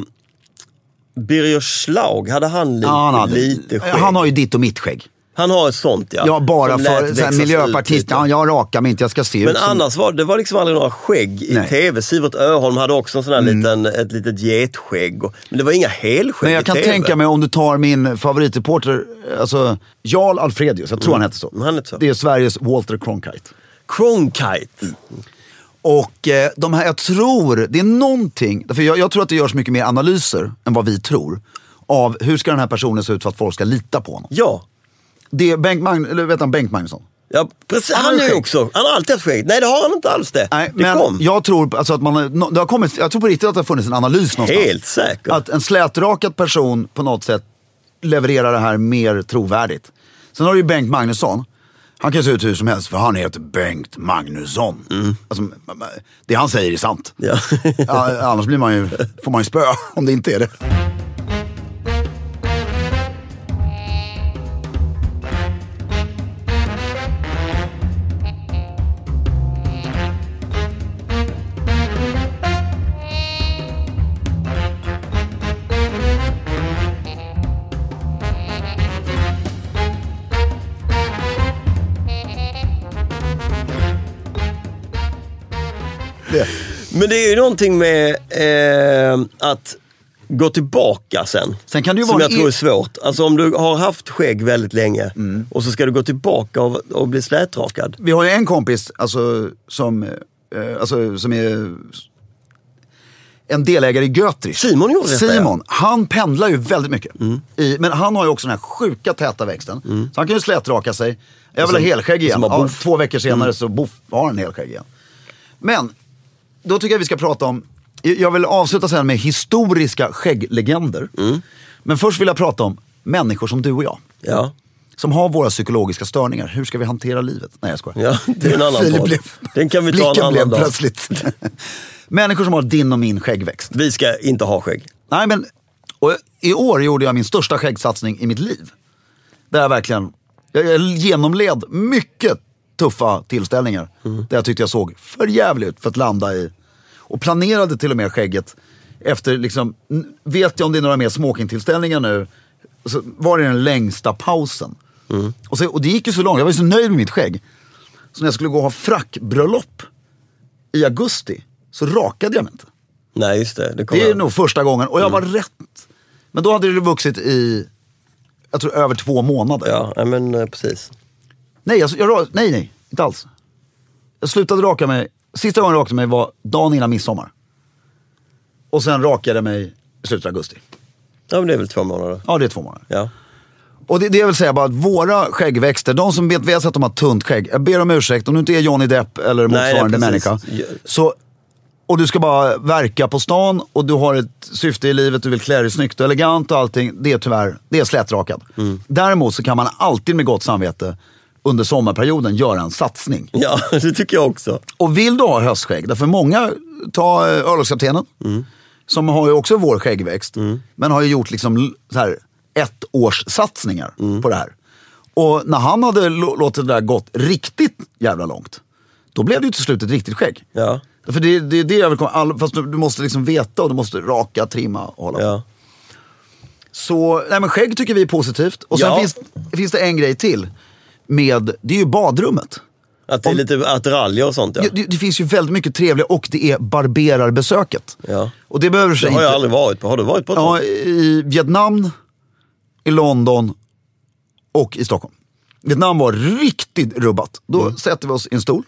Birger Schlaug, hade han, li-
Ja, han, hade,
lite skägg?
han har ju ditt och mitt skägg.
Han har ett sånt ja.
Ja, bara
Som lät
för så här,
växlas ut
miljöpartist.
lite.
Ja, jag rakar mig inte, jag ska se
Men
ut som...
annars var det var liksom aldrig några skägg i
Nej. Mm.
tv. Sivert Öholm hade också en sån här liten, ett litet getskägg. och- Men det var inga helskägg
Men
i
jag kan
TV.
tänka mig om du tar min favoritreporter, alltså Jarl Alfredius, jag tror han hette så.
Mm, han hette så.
Det Mm. är Sveriges Walter Cronkite.
Cronkite.
Och eh, de här, jag tror, det är någonting, för jag, jag tror att det görs mycket mer analyser än vad vi tror. Av hur ska den här personen se ut för att folk ska lita på honom.
Ja.
Det är Bengt, Magn, eller vet han, Bengt Magnusson.
ja precis.
Han har
Han, är ju
skägg.
också, han har alltid haft skägg. Nej det har han inte alls det.
Nej,
det
men
kom.
jag tror alltså att man, har- no- det har kommit, jag tror på riktigt att det har funnits en analys någonstans.
Helt säkert.
Att en slätrakad person på något sätt levererar det här mer trovärdigt. Sen har du ju Bengt Magnusson. Han kan se ut hur som helst för han heter Bengt Magnusson. Alltså, det han säger är sant.
Ja.
Ja, annars blir man ju, får man ju spö om det inte är det. det.
Men det är ju någonting med eh, att gå tillbaka sen.
Sen kan det ju
som
vara
jag
en
tror
e-
är svårt. Alltså om du har haft skägg väldigt länge
Mm.
och så ska du gå tillbaka och, och bli slätrakad.
Vi har ju en kompis alltså, som, eh, alltså, som är en delägare i Götrich.
Simon gjorde detta, ja. Mm.
Simon, han pendlar ju väldigt mycket. I, men han har ju också den här sjuka täta växten. Så han kan ju slätraka sig. Jag vill ha helskägg igen.
bara
Ja,
boff. Mm.
två veckor senare så boff, har han helskägg igen. Men, då tycker jag vi ska prata om, jag vill avsluta sen med historiska skägglegender.
Mm.
Men först vill jag prata om människor som du och jag.
Ja.
Som har våra psykologiska störningar. Hur ska vi hantera livet? Nej jag skojar.
Ja, det är en annan
Filip
podd.
blev-
Den kan vi ta en
blicken
annan
blev
dag.
plötsligt. Människor som har din och min skäggväxt.
Vi ska inte ha skägg.
Nej men, och i år gjorde jag min största skäggsatsning i mitt liv. Där jag verkligen, jag jag genomled mycket tuffa tillställningar. Där jag tyckte jag såg för jävligt ut för att landa i. Och planerade till och med skägget efter, liksom, n- vet jag om det är några mer smoking-tillställningar nu. Så var det den längsta pausen. Och, så, och det gick ju så långt, jag var ju så nöjd med mitt skägg. Så när jag skulle gå och ha frackbröllop i augusti så rakade jag mig inte.
Nej, just det. Det, kommer
Det är
jag-
nog första gången och jag var rätt. Men då hade det vuxit i, jag tror över två månader.
Ja, nej, men eh, precis.
Nej, alltså, jag, ra- nej, nej, inte alls. Jag slutade raka mig, sista gången jag rakade mig var dagen innan midsommar. Och sen rakade jag mig i slutet av augusti.
Ja, men det är väl två månader.
Ja, det är två månader.
Ja.
Och det, det jag vill säga bara att våra skäggväxter, de som vet, vi har sett att de har tunt skägg. Jag ber om ursäkt om du inte är Johnny Depp eller
Nej,
motsvarande
nej,
människa.
precis.
Så, och du ska bara verka på stan och du har ett syfte i livet, du vill klä dig snyggt och elegant och allting. Det är tyvärr, det är slätrakat.
Mm.
Däremot så kan man alltid med gott samvete under sommarperioden göra en satsning.
ja, det tycker jag också.
Och vill du ha höstskägg, därför många, ta eh, örlogskaptenen,
Mm.
som har ju också vår skäggväxt, men har ju gjort liksom l- så här, ett års satsningar
Mm.
på det här. Och när han hade lo- låtit det där gått riktigt jävla långt, då blev det ju till slut ett riktigt skägg.
Ja.
För det, det är det jag vill komma, all, fast du, du måste liksom veta och du måste raka, trimma och hålla på.
Ja.
Så, nej men skägg tycker vi är positivt. Och sen
Ja.
finns, finns det en grej till. Med, det är ju badrummet.
Att det är lite attiraljer och sånt ja.
Det, det, det finns ju väldigt mycket trevliga och det är barberarbesöket.
Ja.
Och det behöver du
Det
inte...
har jag aldrig varit på. Har du varit på ett
Ja,
sånt?
i Vietnam, i London och i Stockholm. Vietnam var riktigt rubbat. Då
Mm.
sätter vi oss i en stol.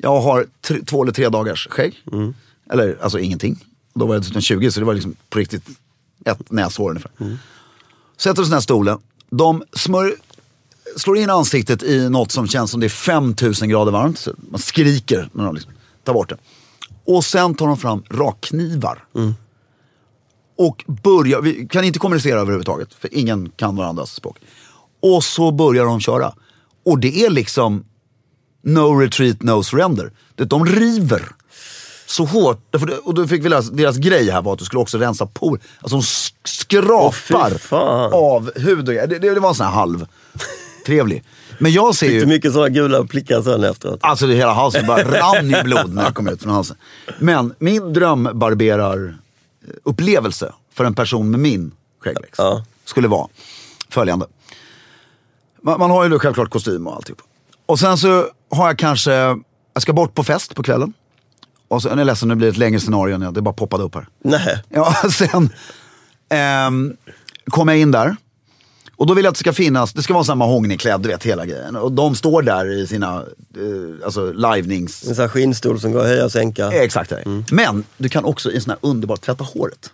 Jag har tre, två eller tre dagars skägg.
Mm.
Eller alltså ingenting. Då var jag dessutom 20 så det var liksom på riktigt ett näshår ungefär.
Mm.
Sätter oss i den här stolen. De smör, slår in ansiktet i något som känns som det är 5000 grader varmt. Så man skriker när de liksom tar bort det. Och sen tar de fram rakknivar.
Mm.
Och börjar, vi kan inte kommunicera överhuvudtaget för ingen kan varandras språk. Och så börjar de köra. Och det är liksom no retreat, no surrender. Det- De river så hårt. Därför det- Och då fick vi läsa, deras grej här var att du skulle också rensa por. Alltså de sk-
Åh, fy
skrapar
fan.
av hud och grejer. det, det, det var en sån här halv trevlig. Men jag ser
Fick
ju...
du mycket sådana gula prickar sen efteråt?
Alltså det hela halsen bara rann i blod när jag kom ut från halsen. Men min eh, drömbarberarupplevelse för en person med min skäggväxt
Ja.
skulle vara följande. Man, man har ju då självklart kostym och alltihop. Och sen så har jag kanske, jag ska bort på fest på kvällen. Och sen, jag är ledsen, nu blir det ett längre scenario än jag, det bara poppade upp här.
Nej.
Ja, sen ehm, kommer jag in där. Och då vill jag att det ska finnas, det ska vara samma hångneklädd, du vet hela grejen. Och de står där i sina, eh, alltså livnings...
En sån här skinnstol som går att höja och sänka.
Eh, Exakt. det. Men du kan också i en sån här underbar tvätta håret.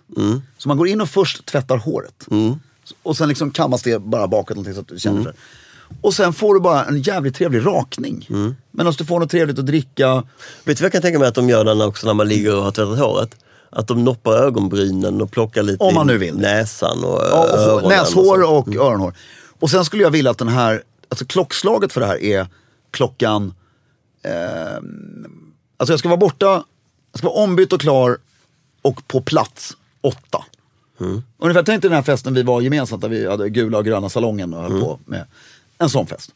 Så man går in och först tvättar håret. Och sen liksom kammas det bara bakåt någonting så att du känner för det. Och sen får du bara en jävligt trevlig rakning. Men alltså du får något trevligt att dricka.
Vet du vad jag kan tänka mig att de gör den också när man ligger och har tvättat håret? Att de noppar ögonbrynen och plockar lite
Om man
i
nu vill.
näsan och,
Ja, och
öronen.
få-
och
näshår
så.
och öronhår. Och sen skulle jag vilja att den här, alltså klockslaget för det här är klockan, eh, alltså jag ska vara borta, jag ska vara ombytt och klar och på plats åtta. Ungefär, tänk dig den här festen vi var gemensamt där vi hade gula och gröna salongen och höll på med. En sån fest.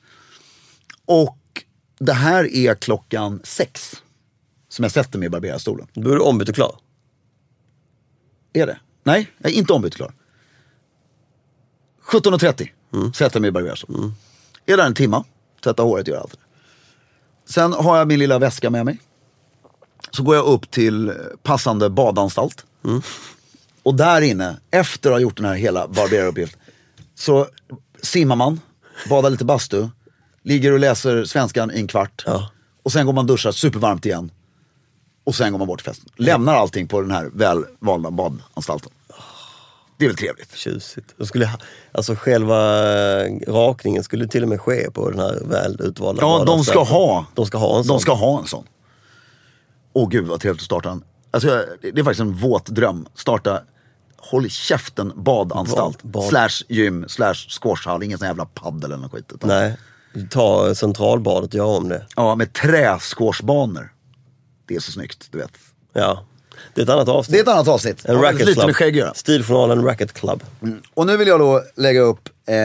Och det här är klockan sex. Som jag sätter mig i barberarstolen.
Då är du ombytt och klar.
Är det? Nej, jag är inte ombytt klar. 17.30 sätter jag mig i barberarstolen. Är där en timma, tvättar håret, gör allt. Sen har jag min lilla väska med mig. Så går jag upp till eh, passande badanstalt. Och där inne, efter att ha gjort den här hela barberaruppgiften, så simmar man, badar lite bastu, ligger och läser svenskan i en kvart.
Ja.
Och sen går man och duschar supervarmt igen. Och sen går man bort till festen. Lämnar allting på den här välvalda badanstalten. Det är väl trevligt?
Tjusigt. Jag skulle, ha- alltså själva eh, rakningen skulle till och med ske på den här väl utvalda
Ja, de ska
vardagsdagen.
ha.
De ska ha en sån.
De ska ha en sån. Åh gud vad trevligt att starta en. Alltså, jag- det det är faktiskt en våt dröm. Starta, håll käften, badanstalt.
Bad- bad.
Slash gym, slash squashhall. Ingen sån jävla paddel eller något skit. utan-
Nej, ta centralbadet och gör om det.
Ja, med träsquashbanor. Det är så snyggt, du vet.
Ja. Det är ett annat avsnitt.
Det är ett annat avsnitt.
en
Ja,
racket
lite
club.
med skägg att göra. Mm.
Stiljournalen Racket Club.
Och nu vill jag då lägga upp eh,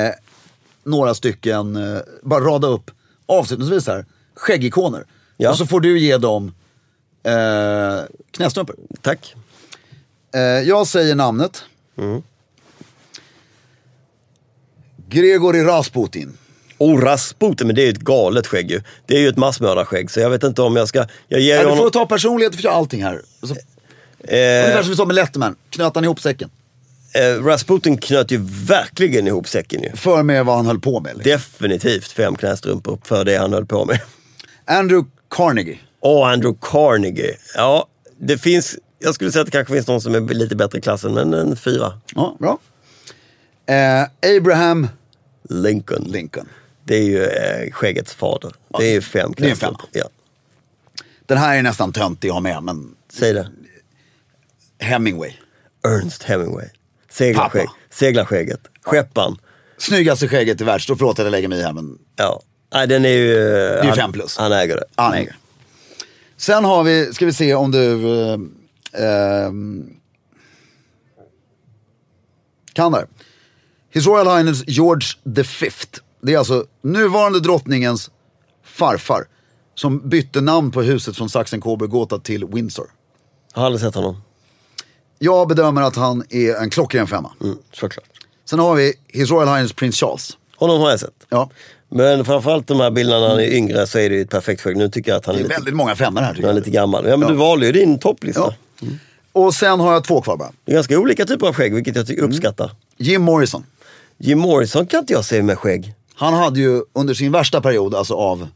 några stycken, eh, bara rada upp avslutningsvis här, skäggikoner.
Ja.
Och så får du ge dem eh, knästrumpor.
Tack.
Eh, jag säger namnet.
Mm.
Gregory Rasputin.
Oh, Rasputin, men det är ju ett galet skägg ju. Det är ju ett massmördarskägg, så jag vet inte om jag ska... Jag ger
Ja, du
honom...
får ta personlighet för allting här. Så,
eh,
ungefär som vi sa med Letterman, knöt han ihop säcken.
eh, Rasputin knöt ju verkligen ihop säcken ju.
För med vad han höll på med. Liksom.
Definitivt fem knästrumpor för det han höll på med.
Andrew Carnegie.
Och Andrew Carnegie. Ja, det finns... Jag skulle säga att det kanske finns någon som är lite bättre i klassen, men en fyra.
Ja, bra. Eh, Abraham
Lincoln.
Lincoln.
Det är ju eh, skäggets fader. Det är ju fem
det är en
knästrumpor. Ja.
Den här är nästan töntig att ha med, men
Säg det.
Hemingway.
Ernst Hemingway. Seglarskägg.
Pappa.
Seglarskägget. Skepparen.
Snyggaste skägget i världs. Då förlåt att jag lägger mig i här men
Ja. Nej, den är ju... Det
är ju fem plus.
Han äger det.
han äger. ah, Sen har vi, ska vi se om du eh, ehm, kan där. His Royal Highness George V. Det är alltså nuvarande drottningens farfar. Som bytte namn på huset från Sachsen-Coburg-Gotha till Windsor.
Jag har aldrig sett honom.
Jag bedömer att han är en klockren femma.
Mm, såklart.
Sen har vi His Royal Highness Prins Charles.
Honom har jag sett.
Ja.
Men framförallt de här bilderna när han är yngre så är det ju ett perfekt skägg. Nu tycker jag att han
Det
är,
är
lite,
väldigt många femmor här tycker
han är
jag.
lite gammal. Ja, men du valde ju din topplista.
Ja. Och sen har jag två kvar bara.
Det är ganska olika typer av skägg, vilket jag ty-
Mm.
uppskattar.
Jim Morrison.
Jim Morrison kan inte jag se med skägg.
Han hade ju under sin värsta period alltså av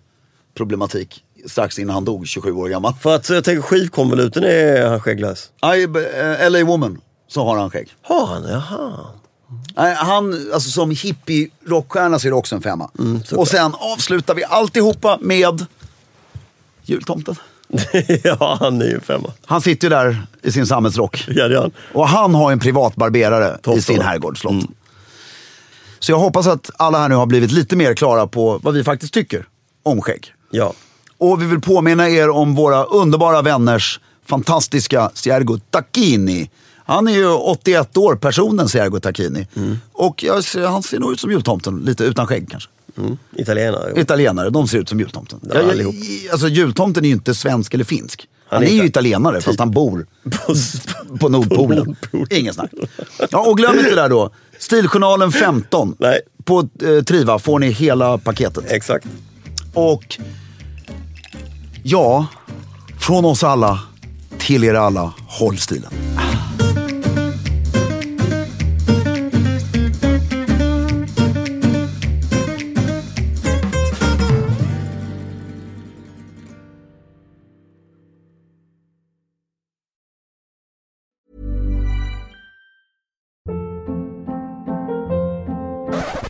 problematik strax innan han dog, 27 år gammal.
För att så jag tänker skivkonvoluten är han skägglös.
I, eh, LA Woman så har han skägg.
Har han? Jaha.
Nej, Han, alltså som hippie rockstjärna så är det också en femma.
Mm, såklart.
och sen avslutar vi alltihopa med jultomten.
ja, han är ju en femma.
Han sitter ju där i sin sammetsrock.
Ja, det är han.
Och han har en privat barberare
Toppen. Mm.
i sin herrgård, slott. Så jag hoppas att alla här nu har blivit lite mer klara på vad vi faktiskt tycker om skägg.
Ja.
Och vi vill påminna er om våra underbara vänners fantastiska Sergio Tacchini. Han är ju
Mm.
81 år, personen Sergio Tacchini. Och jag ser, han ser nog ut som jultomten, lite utan skägg kanske.
Italienare. jo.
Italienare, de ser ut som jultomten.
Ja,
jag,
allihop.
jag, alltså jultomten är ju inte svensk eller finsk. Han,
är Typ.
är, ju
ita-
italienare fast han bor
På s-
på Nordpolen.
Nordpolen.
Ingen snack. Ja, och glöm inte det där då. Stiljournalen 15.
Nej.
På eh, Triva får ni hela paketet.
Exakt.
Och ja, från oss alla till er alla, håll stilen.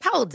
Hold